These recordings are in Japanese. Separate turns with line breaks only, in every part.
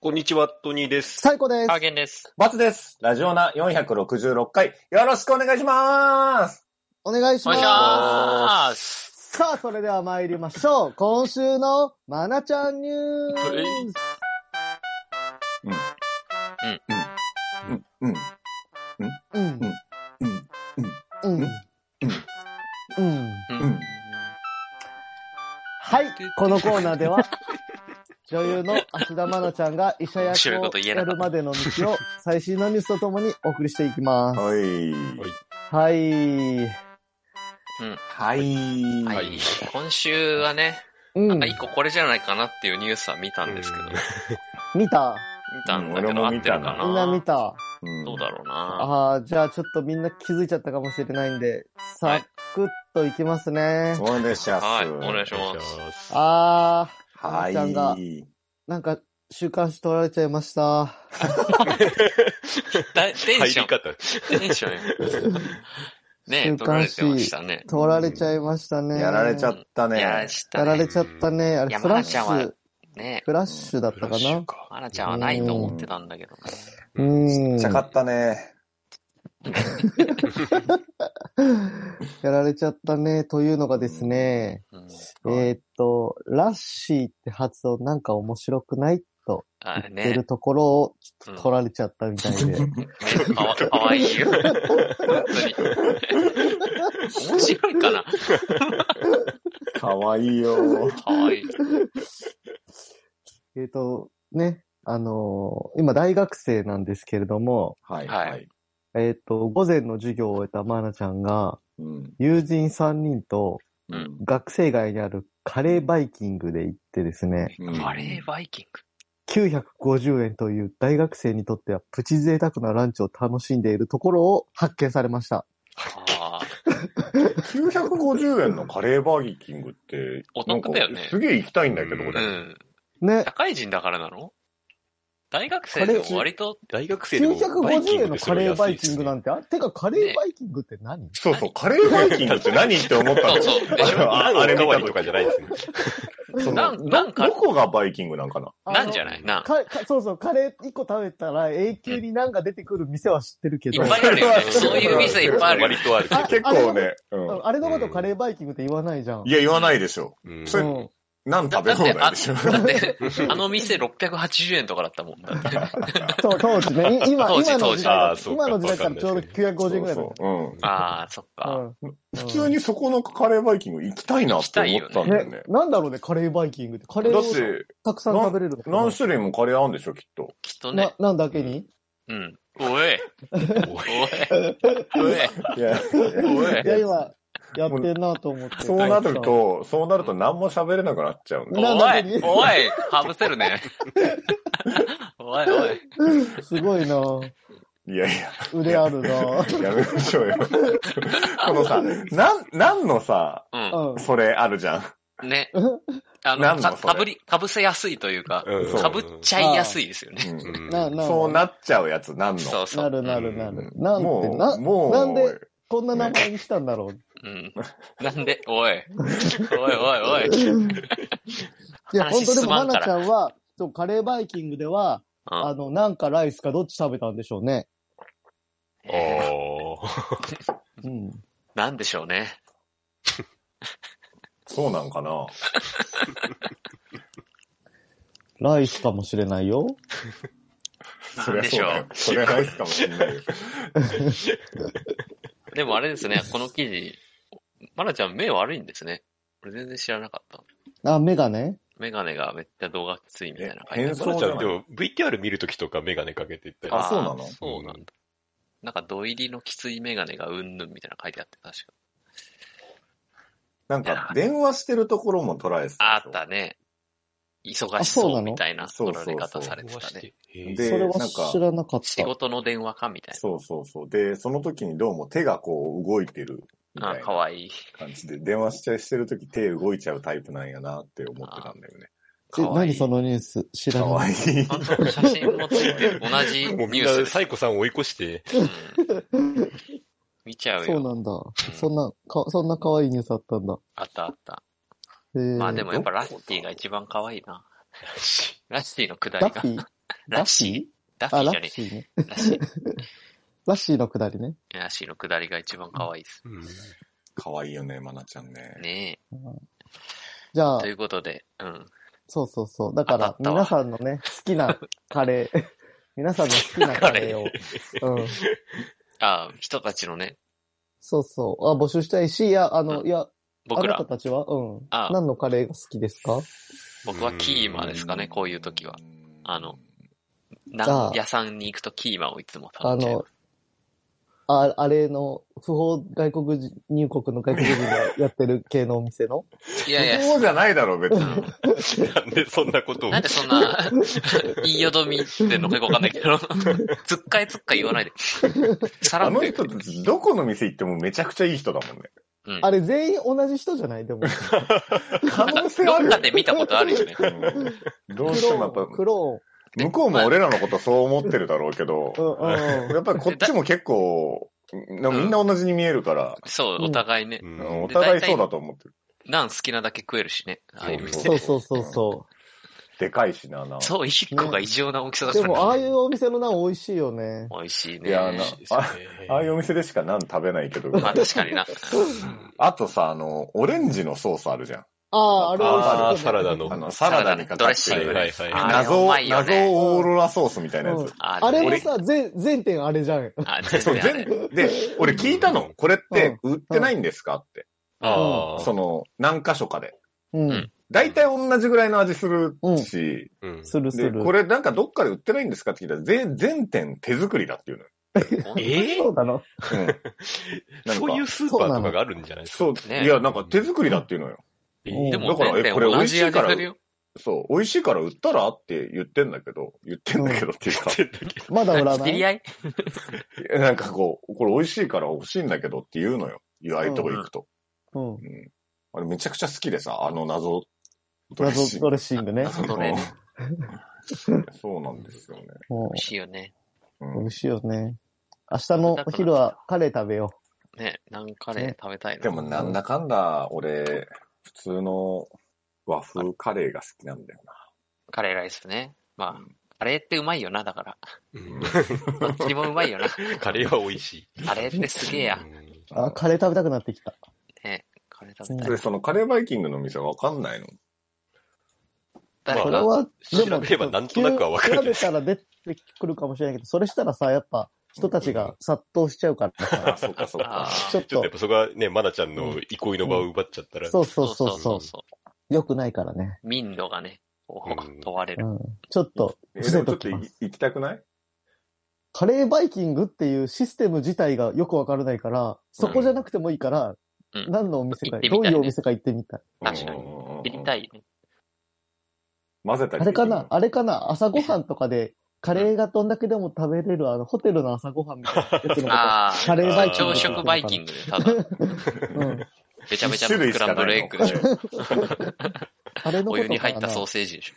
こんにちは、トニーです。
最高です
ハ。ーゲンです。
バツです。ラジオナ466回、よろしくお願いします
お願いし
お願
ます
いし。ます。
さあ、それでは参りましょう。今週のまなちゃんニュース。
うん、うん、
うん。
うん、
うん。う
う
ん。
ん
はい。このコーナーでは、女優の芦田愛菜ちゃんが医者
面白い
役
こ
を
と言え
や
なかった
るまでの道を最新のニュースとともにお送りしていきます。
はい。
はい。
はい。
は。
はい
今週はね、
う
なん
ん
か。一個これじゃないかなっていうニュースは見たんですけど、
うん
見
見た
たんだ
う
け
ん俺
ど、
も
合って
見
るか
たな
な
みんな見た。
どうだろうな
ああ、じゃあちょっとみんな気づいちゃったかもしれないんで、
は
サ
い
クッといきますね。
そうでしゃ
はい、お願いします。
ます。
ああ、
は
あーちゃんが
い。
なんか、週刊誌取られちゃいました。
だテン
入
ショ
り
ン、
方。
テンションや。ねえ、
週
取ら
刊
れ
誌
てましたね。
取られちゃいましたね。
やられちゃった
いや、
ね。
ちょ
や
っと
ら
ね
れちゃったね。あ
い
れ、
や
フラッ
まな
シ
ちゃんは
ュ、
ね
フラッシュだったかな。
え、マナちゃんはないと思ってたんだけどね。
う
ちっ
ん。
ちゃかったね。
やられちゃったね。というのがですね、
うん
えーっと、ラッシーって発音なんか面白くないと言
あ
って
ね
る、ところを
うん
取られちゃったみたいで。
かわかわいいよ。本当に。面白いかな
かわいいよ。
かわいい。
えーっと、ね、あのー今大学生なんですけれども、
はい。
はい
はい。
えーっと、午前の授業を終えたマーナちゃんが、
うん。
友人3人と
うん
学生街にあるカレーバイキングで行ってですね、
うん
バレーバイキング。
950円という大学生にとってはプチ贅沢なランチを楽しんでいるところを発見されました。
ああ、
950円のカレーバーギーキングって、
お
なんか
得だよね
すげえ行きたいんだけど、こ
う
れ。
ん。
ね。
社会人だからなの大学生でも割と、
大学生でもバイキン
950円
グ
のカレーバイキングなんて、あてかカレーバイキングって何、
そうそう、カレーバーキングって何って思った
そ
の
うそう。でしょ
あ
あ
あ
あ
れ
れ
見
見た
たと
と
か
か
じ
じ
ゃ
ゃ
な
ないい
で
ですす
ね。
その
なんなんか
どこがバイキングなんかな
あの
なんじゃないな。
かかそうそう、カレー1個食べたら永久になんか出てくる店は知ってるけ
い
ど。
っぱいあるよね。そういう店いっぱいあるよ
割
ね。
とあるけ
あ
結構ね。うん
あれのことカレーバイキングって言わないじゃん。
いや、言わないでしょ。
ど。うん
それ
うん
何食べ放題でしょ。
だって、あの店680円とかだったもん。だって
そう、当時ね。い今、
当時
今の時代だ
当時
今の時代から
あー
ち
そ
ょ
う
うど
か
950円ぐらいだっ
そうそううん
ああ、そっ
た。
か。
うん
普通にそこのカレーバイキング行きたいなって思ったんだよね
ね。。なんだろうね、カレーバイキングって。カレー
だっ
を
て、
たくさん食べれるのかな
何種類もカレーあるんでしょ、きっと。
きっと
な
ね。
なんだけに
うん。おい。おい。おい。
いや、
おい。
いや、今、やってんなと思って。
そうなると、そうなると何も喋れなく なっちゃうんだ。
な
お
ないのに、
おい、か ぶせるね。おい、おい。
すごいない
やいや、
腕あるな
やめましょうよ。このさ、なん、なんのさ、
う
う
それあるじゃん。
ん。ね。
ん。
あの、
何な
か
のそ
か
れ
ぶり、かぶせやすいというか、
うん
かぶっちゃいやすいですよね。
うん
うん
な、な、
そうなっちゃうやつ、なんの。
そうそう。
なるなるなる。なんて、
も
な
う、、もう、
なんでこんな名前にしたん だろう。
うん。なんで、おい。おいおいおい。
いや、本当
話
で
進
も、ま
まんか
な
ら
ちゃんは、そうカレーバイキングでは、
うん
あの、なんかライスかどっち食べたんでしょうね。
えー
ああ。
うん。
なんでしょうね。
そうなんかな。
ライスかもしれないよ。
な
そ
ん
りゃ
で
そう
しょ
だよ
う。。
そ りゃないかもしれないよ。
でもあれですね、この記事、まなちゃん目悪いんですね。俺全然知らなかった。
あ、メガネ
メガネがめっちゃ動画きついみたいな感じ。
変
まな
装
ち
じ
ゃ
ゃ
ん、
な
で
い
も VTR 見るときとかメガネかけてったり。
あそうな
ー
の
そうなんだ。なんか土入りのきついメガネがうんぬんみたいなの書いてあって、確か。
なんか、電話してるところも捉えてた
あっ
でしょ。
たね。忙
あ
し
そう
そ
な
う
の
みたいな
そ
取
うそ
ら
うそう
れ方されてたね。
で
それは
なんか
知らなかっ
仕
た。
事の電話かみたい
そうそうそう。で、その時にどうも手がこう動いてるみ
な。
た
あ
い
ー、か
な
わいい。
感じで、電話しちゃいしてる時手動いちゃうタイプなんやなって思ってたんだよね。
え、
かわいい
何そのニュース知ら
か
な
わ
い。
いい。
ちゃんと写真もついてる。同 じ
もうみ
ニ
ん
ュース
な
で
サイコさんを追い越して、
うん見ちゃう
そう
よ。
なんだ。そんな、か、そんな可愛いニュースあったんだ。
あったあった。
えー
まあでもやっぱラッティが一番可愛いな。ラッティのくだ
ダ
り
ッ
が
フ。ィーラッシ
ダッ
ー
フィ
あ、
ー
ラ
じゃね
ッシーね。
え。ラッシー。
ラッシーのくだりね。
ラッシーの下りが一番可愛いです。
うん
かわいいよね、まなちゃんね。
ね
じゃ
え。
あ
とい、うことで、うん。
そうそうそう。だから、
当たったわ
皆さんのね、好き なカレー、 皆さんの好きなカレーを、うん。
あ人たちのね、
そうそう。あ、募集したいし、いや、あの、
う
いや、あ
僕
な
ら
た、たちは、うん。
あ
何のカレーが好きですか
僕はキーマですかね、こういう時は。。あの、
ゃ
な
あ
屋さんに行くとキーマをいつも
あ
頼んじゃいま
の、ああれの、不法外国人、入国の外国人がやってる系のお店 の
す。い
い
や
や
いや、
そうじゃないだろ、別
う
に。
ん
なんでそんなことを
なんでそんな、言いよどみってんのかよくわかんないけど、つっかえつっかえ言わないで。さら
あ
っ
の
と言っ
人
て。
たち、どこの店行ってもめちゃくちゃいい人だもんね。
うん
あれ全員同じ人じゃないでも。
可能性あ
どっ
る
かで見たことあるよね。
うん どう
ク
して
ロ
もやっぱ
ーン、、クロ
向こうも俺らのことそう思ってるだろうけど、
ーン。うんうん。
やっぱりこっちも結構、なみんな同じに見えるから、
そう
う、ん
お互いね
う。
うんんお互いそうだと思ってる。
ナン好きなだけ食えるしね。ああいう店。
そうそうそうそ
でかいしな、な。
そう、一個が異常な大きさ だ
う。
か
で
ら。
も、ああいうお店のナン美味しいよね。
美味しいね。
いやなああいうお
う
店でしか何食べないけど、
まあ確かにな。
あとさ、あの、オレンジのソースあるじゃん。
ああ、あれ美味しいよね、
あーサラダの
あの、サラダにかかって
はい
る、
はいはい。
あ
あ
れう
謎、
まいよ
謎
ね
オーロラソースみたいなや
うん
つ。
あ
あれも
俺
さ、全、全店あれじゃん。
あ、全
そう、
然あれ
全部、で、俺聞いたの。これって売ってないんですかって。
あー。
その、何箇所かで。
うん。
うん
大体同じぐらいの味するし、
うん
するす
で、
る。
これなんかどっかで売ってないんですかって聞いたら、全、全店手作りだっていうのよ。
え
そうなの
うん。なん
そういう
か、
スーパーとかがあるんじゃないですか
そう、
ね
いや、なんか手作りだっていうのよ。
え
うん
ー
で
で
も、
も、
だから
全
え
然
これ
同じ味
美味しいから
するよ。
そう、美味しいから売ったらって言ってんだけど、言ってんだけどっていうか、
まだ売らな
知
い
り合い
いや なんかこう、これ美味しいから欲しいんだけどって言うのよ。いうああいうとこ行くと。
うん。
うん。あれめちゃくちゃ好きでさ、あの謎、ドレッシ
謎
ング
ドレッシングね。
謎ドレね
うん そうなんですよね。
も
美味しいよね。
う
う美
ん
味しいよね。明日のお昼はカレー食べよ
ね、ナンカレー食べたい
で
な。
もなんだかんだ、俺、普通の和風カレーが好きなんだよ
カレーライスね。まあ、カレーってうまいよな、だから。
うん
どっちもうまいよな。
カレーは美味しい。
カレーってすげえや。
う
う。あ、カレー食べたくなってきた。
ね、カレー食べ
な。
た
それ。
い
そのカレーバイキングの店わかんないの
誰
そ
ま
れ
あ
か、
は、
調べればなんとなくはわかる
調べたら出てくるかもしれないけど、それしたらさ、やっぱ人たちが殺到しちゃうか ら
あ、
さ、
そっかそっ
あ
か。
ー
ちょっ
ちょ
と
っとやっ、ぱそこはね、まなちゃんの憩いの場を奪っちゃったら。
そうそうそうそ
そうう、
そ
良くないからね。
う。民度がね、こう
うん
問われ
う
る。
ん。ちょっと、
え
伏
で
せ
もちょ
と
っと
きます。
行きたくない
カレーバイキングっていうシステム自体がよくわからないから、そこじゃなくてもいいから、
うん
何のお店か、
行ってみ
ど
たいうね
いうお店か行ってみたい。
確かに
に
知りたいね。
混ぜたり
あ
で
れ
き
か
るの。
なあれかな朝ごはんとかで、カレーがどんだけでも食べれる、あの、ホテルの朝ごはんみたいなやつのこと。
ああ、
カレーバイキング
朝
っていうのか
食
な。
バイキングで、ただ、
うん。
べちゃべちゃのスクランブルエッグでしょ。
カレーのことかな
お湯に入ったソーセージでし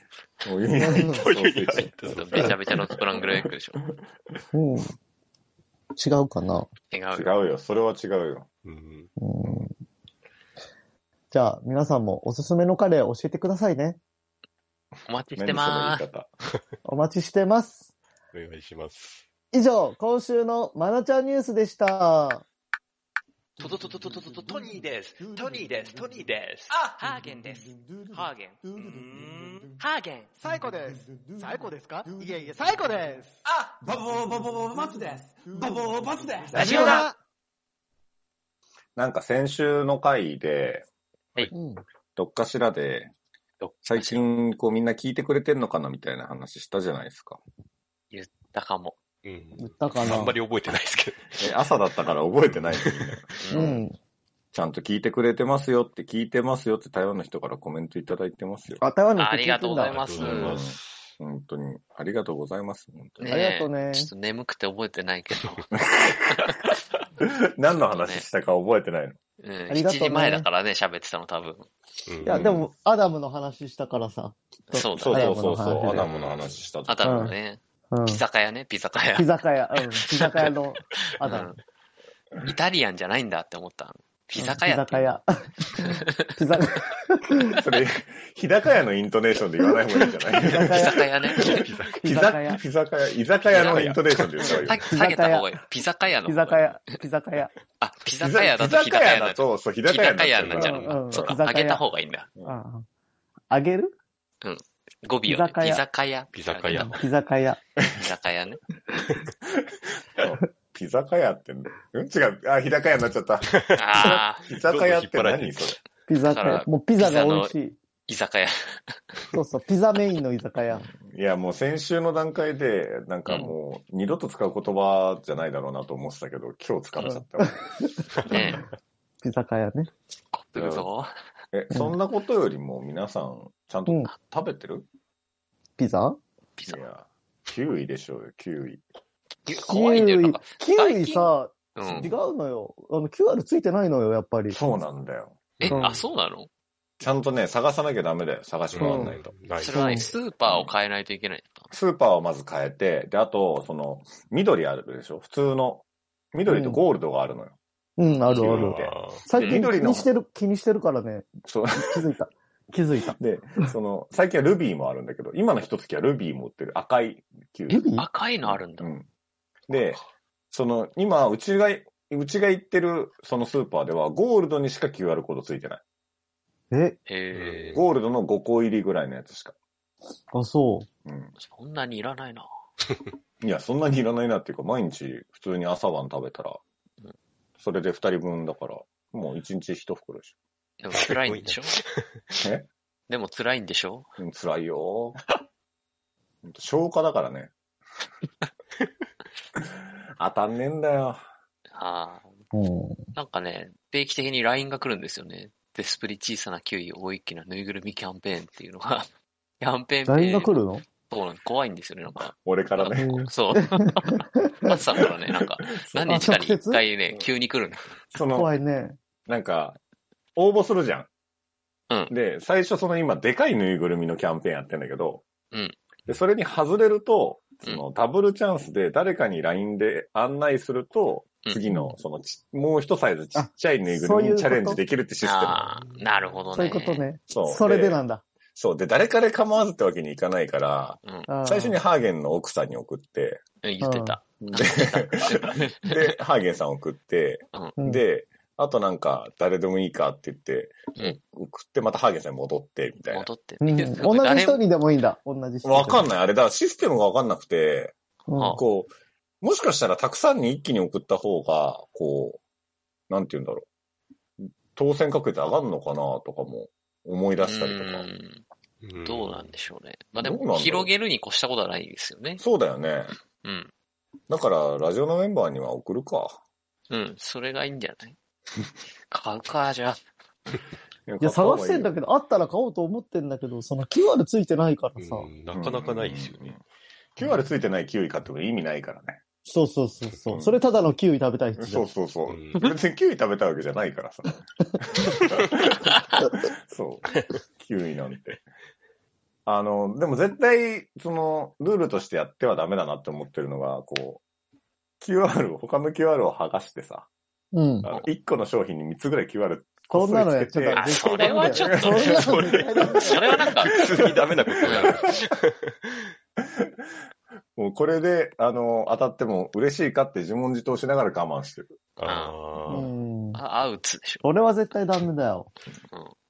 お湯に入ったソーセ
お湯に
ー
入っ
ジ。
たソ
ょ。
ーセ
べ
ー
ち
ジ
ゃべちゃのスクランブルエッグでしょ。
うん。違うかな、
違うよ。
違うよ。それは違うよ。
うん
うん、じゃあ、皆さんもおすすめのカレー教えてくださいね。
お待ちし
何
てま
そ
ー
の言い方。
お待ちしてます。
お願いします。
以上、今週のまなちゃんニュースでした。
トトトトトトトトトニーです。トニーです。トニーです。あハーゲンです。ハーゲン。うーんハーゲン。
最高です。最高ですかいえいえ、最高です。あバボーバボーバボツです。バボーバツです。
ラジオだ
なんか先週の回で、
うん。
どっかしらで、最近こうみんな聞いてくれてんのかなみたいな話したじゃないですか。
だかも。
うん
言ったかな
あんまり覚えてないですけど。
え朝だったから覚えてないのみんな
う
うん。
ん。
ちゃんと聞いてくれてますよって、聞いてますよって台湾の人からコメントいただいてますよ。
あ、台湾の人
あ
聞
り
いてんだ
がとうございます。
ありがとうございます
本当に。ありがとうございます。本当に。
ありがとうね
ちょっと眠くて覚えてないけど。
何の話したか覚えてないの。
うん、
ありがと
7
うね
時前だからね、喋ってたの多分。
うん
いや、でも、アダムの話したからさ。
そうだ
そう
ね。
そうそうそう。ア
ア
ダ
ダ
ム
ム
の
の
話
話
した
あとはね、
うん。
ピザカ屋ね、ピザカ屋。
居酒屋、うん。居酒屋のアダム。
うんイタリアンじゃないんだって思った。ピザか
ピザ
や
か や。ピザ、
それ、日高屋のイントネーションで言わない方がいいんじゃない
ピザ
ピ
かや。
ザかやね。
居
ピザか
酒屋、
や。
居酒屋、居酒屋のイントネーションで言ったらいいよ。
下下げた方がいい。ピザかやの
ピ
方
ザか
がいい。
や。ピザかや。
あ、ピ
居
ザ
酒
かやだと日高屋だ
だ
と。
と、そう、日
日
高屋に
高
なっち
屋
ゃう
に
か
なっ
ら
ちゃう
う
の
ん
か。そうか
居、酒屋
あげた方がいいんだ。
うんあげる
語尾をね。
居酒屋
ピザかや。
ピザかや
ピザかや。
ピザかやね。
ピザか屋って、ん違う、あ、日高屋になっちゃった。
ああ、
居酒屋って
どんどん引っ張られて
何
る
それ。
ピザか
だ
や
か。ら
もうピザが美味しい。
居酒屋。
そうそう、ピザメインの居酒屋。
いや、もう先週の段階で、なんかもう、二度と使う言葉じゃないだろうなと思ってたけど、今日使っちゃったわ。
ね
ピザかやね。
コップるぞ。
え、そんなことよりも皆さん、ちゃんと
うん
食べてる、
ピザ
ピザ
い。や、9位でしょうよ、9位。
怖いんだよ。なんか、
キウイさ、
う
違
ん。
うのよ。あの、QR ついてないのよ、やっぱり。
そうなんだよ。
え
う、ん
あ、そうなの
ちゃんとね、探さなきゃダメだよ、探し
うん
回らないと。
ない
それはね、スーパーを変えないといけないんだ
スーパーをまず変えて、で、あと、その、緑あるでしょ普通の。緑とゴールドがあるのよ。
うん、あるあ
キウイ
る
っ。て
最近気
緑の
にしてる、気にしてるからね、
そう。
気づいた。 気づいた。
で、その、最近はルビーもあるんだけど、今の一月はルビーも売ってる赤いキウイ
ルビー
赤いのあるんだ
う。ん。で、その、今、うちが、うちが行ってる、そのスーパーでは、ゴールドにしか QR コードついてない。
え、
へえ。
ゴールドの5個入りぐらいのやつしか。
あ、そう。
うん。
そんなにいらないな。
いや、そんなにいらないなっていうか、毎日、普通に朝晩食べたら
うん、
それで2人分だから、もう1日1袋でし
でも辛いんでしょ
ょ。え
でも辛いんでしょ
うん辛いよ。ほんと消化だからね。 当たんねえんだよ。
ああ。
うん。
なんかね、定期的に LINE が来るんですよね。デスプリ小さなキウイ大一気なぬいぐるみキャンペーンっていうのが、 キャンペーン名
LINE が来るの
そうなん怖いんですよね、なんか。
俺からね。
そう。あつさんからね、なんか、何日かに一回ね、急に来るの。
その、
怖いね。
なんか、応募するじゃん。
う
で、最初その今、でかいぬいぐるみのキャンペーンやってんだけど、
うん
で、それに外れると、その、ダブルチャンスで誰かに LINE で案内すると、
うん
次の、そのち、もう一サイズちっちゃいぬいぐるみにチャレンジできるってシステム。
ああ、なるほどね。
そういうことね。
そう
それで
で
なんだ。
そう。で、誰かで構わずってわけにいかないから、
あー
最初に、ハーゲンの奥さんに送って、
うん言ってた。
で、 でハーゲンさん送って、
うん、
で、あとなんか、誰でもいいかって言って
うん、
送って、またハーゲンさんに戻って、みたいな。
戻って
うん、
ね。
同じ人
誰も
にでもいいんだ。同じ人。
わかん
い。
ない。あれだ、システムがわかんなくて、
うん
こう、もしかしたらたくさんに一気に送った方が、こう、なんて言うんだろう。当選確率上がるのかなとかも思い出したりと
う
か。
んどうなんでしょうね。まあで
どうなんだ
も、
ろう
広げるに越したことはないですよね。
そうだよね。
うん。
だから、ラジオのメンバーには送るか。
うん、それがいいんじゃない買うか、じゃあ。
い
いや、探してんだ
け
けど、あったら買おうと思ってんだけど、その QR ついてないからさ。
うんなかなかないですよね。。
9割ついてないキウイ買っても意味ないからね。
そうそうそうそう。それただのキウイ食べたい人じゃ
そ
ん
う。そうそうう。
ん
別にキウイ食べたわけじゃないからさ。そう。キウイなんて。あの、でも絶対、その、ルールとしてやってはダメだなって思ってるのが、こう、QR を、他の QR を剥がしてさ、
うん
あ。の1個の商品に3つぐらい QR
こんなのやっちゃダ
あ
メ。絶対
それはちょっと
ダメだよ
それ
そんなの
それはなんか、
普通にダメなことになる。
もうこれで、あの、当たっても嬉しいかって自問自答しながら我慢してる。
あ
う
ー
ん。
あ、アウツでしょ。
それは絶対ダメだよ。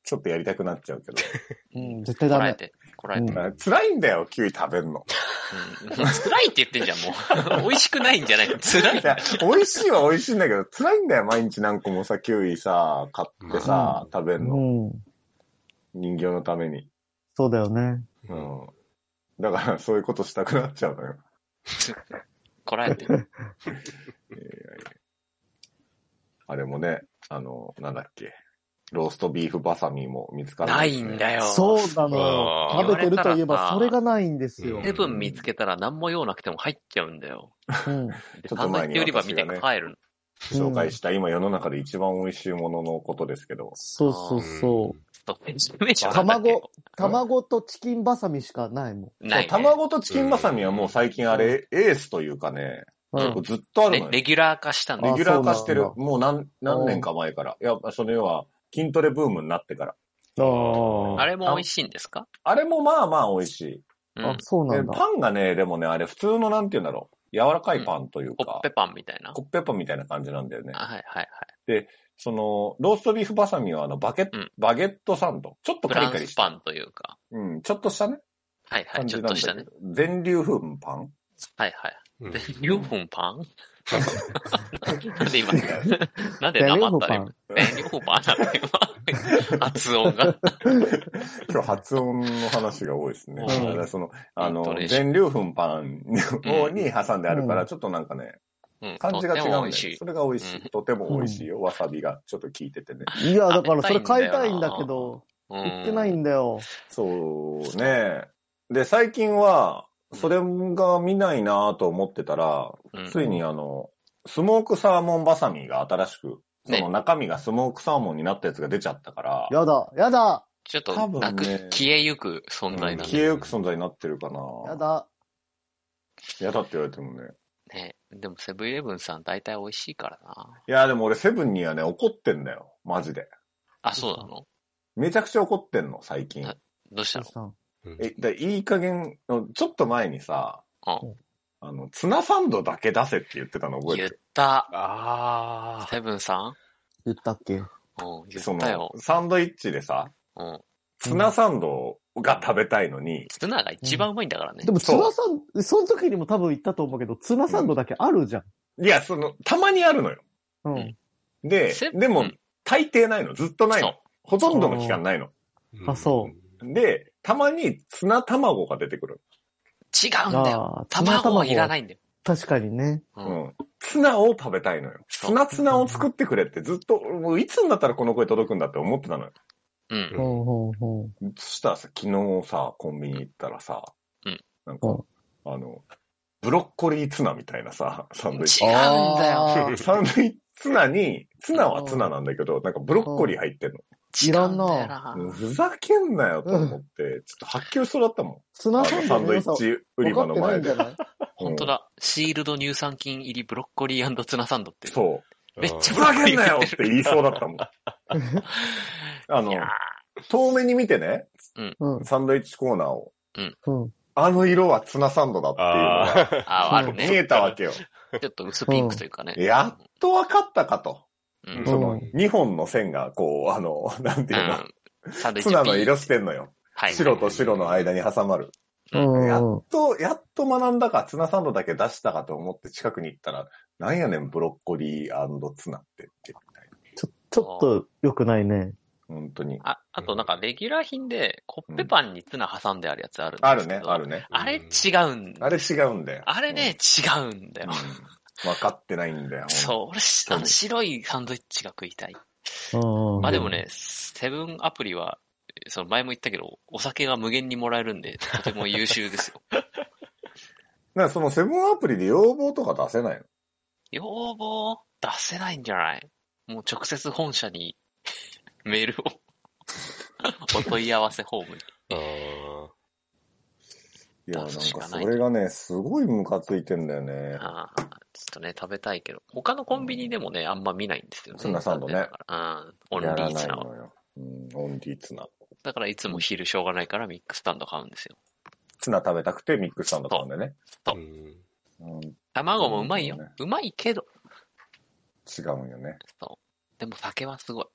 ちょっとやりたくなっちゃうけ
うん、絶対
こ
ダ
らえ
メ。
て、こらえて。
ど。あ辛いんだよ、キウイ食べんの。
うん辛いって言ってんじゃん、もう。美 味しくないんじゃない辛い
い。や、美味しいは美味しいんだけど、辛いんだよ、毎日何個もさ、キウイさ、買ってさ、食べ
うん
の。
ん。
人形のために。
そうだよね。
うん。だから、そういうことしたくなっちゃうのよ。
こらえて。
あれもね、あの、なんだっけ。ローストビーフバサミも見つから
な
で
い
すね
んだよ。
そうなの
あ
よ。
ー
食べてるといえ
言われたら
ば、
さ
それがないんですよ。
セブン見つけたら何も用なくても入っちゃうんだよ。
うん。
で
ちょっと前に
パン売り場
私
見て
がね、
帰るの。
紹介した今世の中で一番美味しいもののことですけど、
そうそうそう。
ちょっと説明書なんだっけ
卵、卵とチキンバサミしかないもん。
ないね、
そう卵とチキンバサミはもう最近あれ、エースというかね、
うん
ずっとある
ね
のよ。
レギュラー化したん
あ
レ
だ。
ギュラー化して
そう
る
な。ん
もう何、何年か前から。いや、その要は、筋トレブームになってから。
あれも美味しいんですか
あれもまあまあ美味しい。
う
あ
ん、。
そうな
で
んだ。
パンがね、でもね、あれ普通のなんて言うんだろう。柔らかいパンという
コ
か
ッ、ペパンみたいな。
コッペパンみたいな感じなんだよね。
あはいはいはい。
その、ローストビーフバサミはあの、バケット、
うん
バゲットサンド。ちょっと
フ
カリ
ラ
カ
ン
リ
ス
し
パ
た。
ンというか。
うん、ちょっとしたね。
はいは
感
い、
じ
ちょっ
なんだ
と
け
し
ど
たね。。
全粒粉パン
はいはい。
うん
で、両方パンなんで今、なんで
いや
黙っ
両方
た
パ
ね
ン。
え、両方パンなんだ今。発音が。
今日発音の話が多いですね。
うん
だからその、あ
イント
の
ネ、ーショ
全粒粉パン
うん
に挟んであるか
う
ら、ちょっとなんかね、
うん、
感じが違うんだよね
とっても美味しい
そ。れが美味し
う
い。とても美味しいよ。わさびがちょっと効いててね。
いや、だからそれ
食
買
べ
い
た
た
い
い
ん
ん
だよな
だけど、
う
売ってない
ん
んだよ。
そうね。で、最近は、それが見ないなと思ってたら、
うん
ついにあの、スモークサーモンバサミが新しく、そ
ね
の中身がスモークサーモンになったやつが出ちゃったから、
やだ、やだ、
ちょっ
多
と
分ね
なく、消えゆく
うん
存在だね。
消えゆく存在になってるかな
やだ。
やだって言われてもね。
ね、でもセブンイレブンさん大体美味しいからな。
いや、でも俺セブンにはね、怒ってんだよ。マジで。
あ、そうなの
めちゃくちゃ怒ってんの、最近。
はいどうしたの
え、だいい加減、ちょっと前にさ、
う
あの、ツナサンドだけ出せって言ってたの覚えて
言っ
る
た。
ああ。。
セブンさん
言ったっけ
うん、言
そ
ったよ
の。、サンドイッチでさ、
うん。
ツナサンドが食べたいのに、
ツナが一番うまいんだからね。
でも、ツナサンド、その時にも多分言ったと思うけど、ツナサンドだけあるじゃん。
いや、その、たまにあるのよ。
うん。
うん
で
せ、
で
う
も
ん、
大抵ないの。ずっとない
そ
の
う。。
ほとんどの期間ないの。
あそう
で、たまにツナ卵が出てくる。
違うんだよ。
ああ、。
卵はいらないいんだよ。
確かにね。
う
う。
んん。ツナを食べたいのよ。
そう
ツナツナを作ってくれってずっと、もういつになったらこの声届くんだって思ってたのよ。
うん。
うん
ほうほうほう。
そしたらさ、昨日さ、コンビニ行ったらさ、
うん
なんか、
うん
あの、ブロッコリーツナみたいなさ、サンドイッチ
違。うんだよ。
あー。
サンドイッチ、ツナに、ツナはツナなんだけど、なんかブロッコリー入ってん
違うんだよな。
の。ふざけんなよと思って、ちょっと発狂しそうだったもん。
ツ
あ
ナサ
の
ン
サ
ド
ン
の
ドイ
良さ
ッチ売り場の前で
分。かってないんじゃない
本当
うん
だ。シールド乳酸菌入りブロッコリーツナサンドって。
そ
めっち
う。
ゃ
ふざけんなよって言いそうだったもん。あの
いや、
遠目に見てね、
うん
サンドイッチコーナーを。
うん。
あの色はツナサンドだっていうのが
あ
ああ、ある
見
ね。
えたわけよ。
ちょっと薄ピンクというかね。
やっとわかったかと。
う。
うんん
そ
うん
の、2本の線が、こう、あの、なんていうの、
うんサンドイッチ
ツナの色してんのよ。
はい。
白と白の間に挟まる。
うん
やっと、やっと学んだか、ツナサンドだけ出したかと思って近くに行ったら、なんやねん、ブロッコリーツナってって。
ちょ、ちょっと良くないね。
本当に。
あ、あとなんかレギュラー品でコッペパンにツナ挟んであるやつあるんです
あ
け
る
ど
ね、あるね。
あれ違うんだよ
あれ違うんだよ。
あれね、違うんだ
う
よ
ん。。分かってないんだよ。
そう、俺し、あの白いサンドイッチが食いたい。
うん。
まあでもね、セブンアプリは、その前も言ったけど、お酒が無限にもらえるんで、とても優秀ですよ。
だからそのセブンアプリで要望とか出せないの
要望出せないんじゃないもう直接本社に メールを お問い合わせフォームに。
あー。
いや、なん
出
か
すしかない
それがね、すごいムカついてんだよね。
ああ、ちょっとね、食べたいけど。他のコンビニでもね、あんま見ないんですよね。
ツナサンドね
だからうん。オンリ
やら
ー
な
ツ
い
ナは。
のよ。うん、オンリーツナ。
だからいつも昼しょうがないからミックスサンド買うんですよ。
ツナ食べたくてミックスサンド買うんだよね。
うん
うん、違
卵もうまいよ
そうね。
うまいけど。
うんよね。
そう。でも酒はすごい。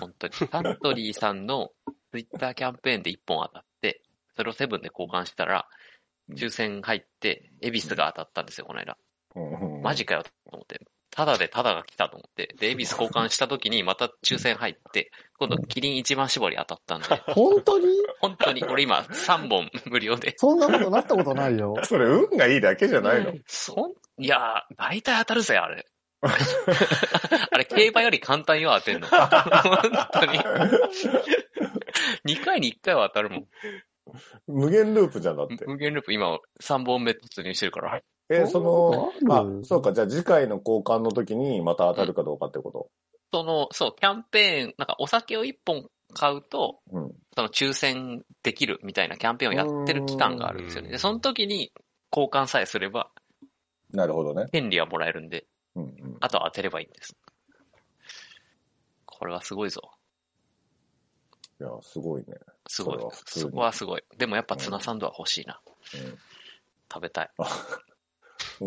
本当に。 サントリーさんのツイッターキャンペーンで1本当たって、それをセブンで交換したら、抽選入って、恵比寿が当たったんですよ、この
うん
間。マジかよ、と思って。ただでただが来たと思って。で、恵比寿交換した時にまた抽選入って、今度キリン一番絞り当たったんで、
本当に
本当に俺今3本無料で。
そんなことなったことないよ。
それ運がいいだけじゃないの。
そん、いやー、大体当たるぜ、あれ。 あれ、競馬より簡単よ、当 てんの。本当に。2回に1回は当たるもん。
無限ループじゃんだって。
無限ループ、今、3本目突入してるから。
えー、その、
な
あ
ん、で
そうか、じゃあ次回の交換の時にまた当たるかどうかってこと。
その、そう、キャンペーン、なんかお酒を1本買うと、
うん。
その抽選できるみたいなキャンペーンをやってる期間があるんですよね。で、その時に交換さえすれば、
なるほどね。
権利はもらえるんで、
うんうん。
あとは当てればいいんです。これはすごいぞ。
いや、すごいね。
すごい
それは普。通に
そこはすごい。でもやっぱツナサンドは欲しいな。食べたい。
うん。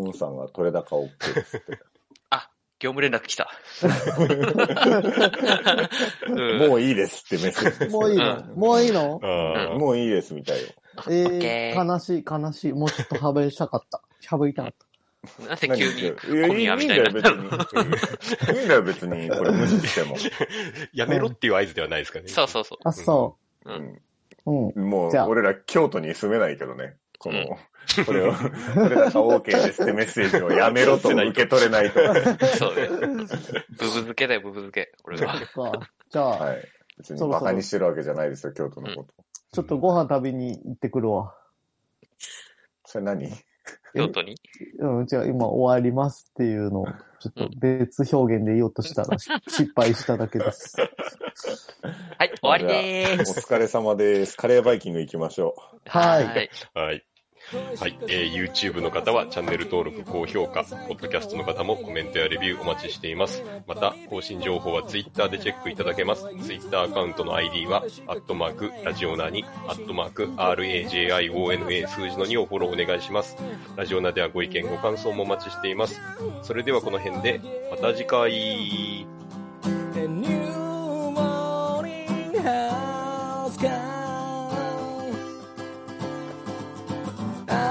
うんさんが取れ高 OK です。
業務連絡来 た。うん
もういいですってメッセージです。
もういいのもういいの
あ
もういいですみたいよ。
ッ
え
ケ
ー、
ー
悲しい、悲しい。もうちょっとはべしたか った。しゃべりたかっ
なんで
何
急
い
に
や
小宮みたいになったの
いいんだよ、別に。いいんだよ、別に。これ無視しても。
ーやめろっていう合図ではないですかね。
そうそうそう。
た。あ、そ
うん
う。うん。
もう
じゃあ、
俺ら京都に住めないけどね。こ
うん
の、 これを、これだか OK ですってメッセージをやめろと受け取れないと。 は
そうね。ブブ漬けだよ、ブブ漬け。俺
そっ
は。
か。じゃあ、
い。別にバカにしてるわけじゃないですよ、京都のこと。
ちょっとご飯食べに行ってくるわ。
それ何
京都に。
うん、違う、今終わりますっていうのを、ちょっと別表現で言おうとしたら、し失敗しただけです。
はい、終わりで
お
ーす。
疲れ様です。カレーバイキング行きましょう。
はい
はい。はい、えー YouTube の方はチャンネル登録、高評価、Podcast の方もコメントやレビューお待ちしています。また、更新情報は Twitter でチェックいただけます。Twitter アカウントの ID は、アットマーク、ラジオナに、アットマーク、RAJIONA 数字の2をフォローお願いします。ラジオナではご意見、ご感想もお待ちしています。それではこの辺で、また次回。
A new morning has come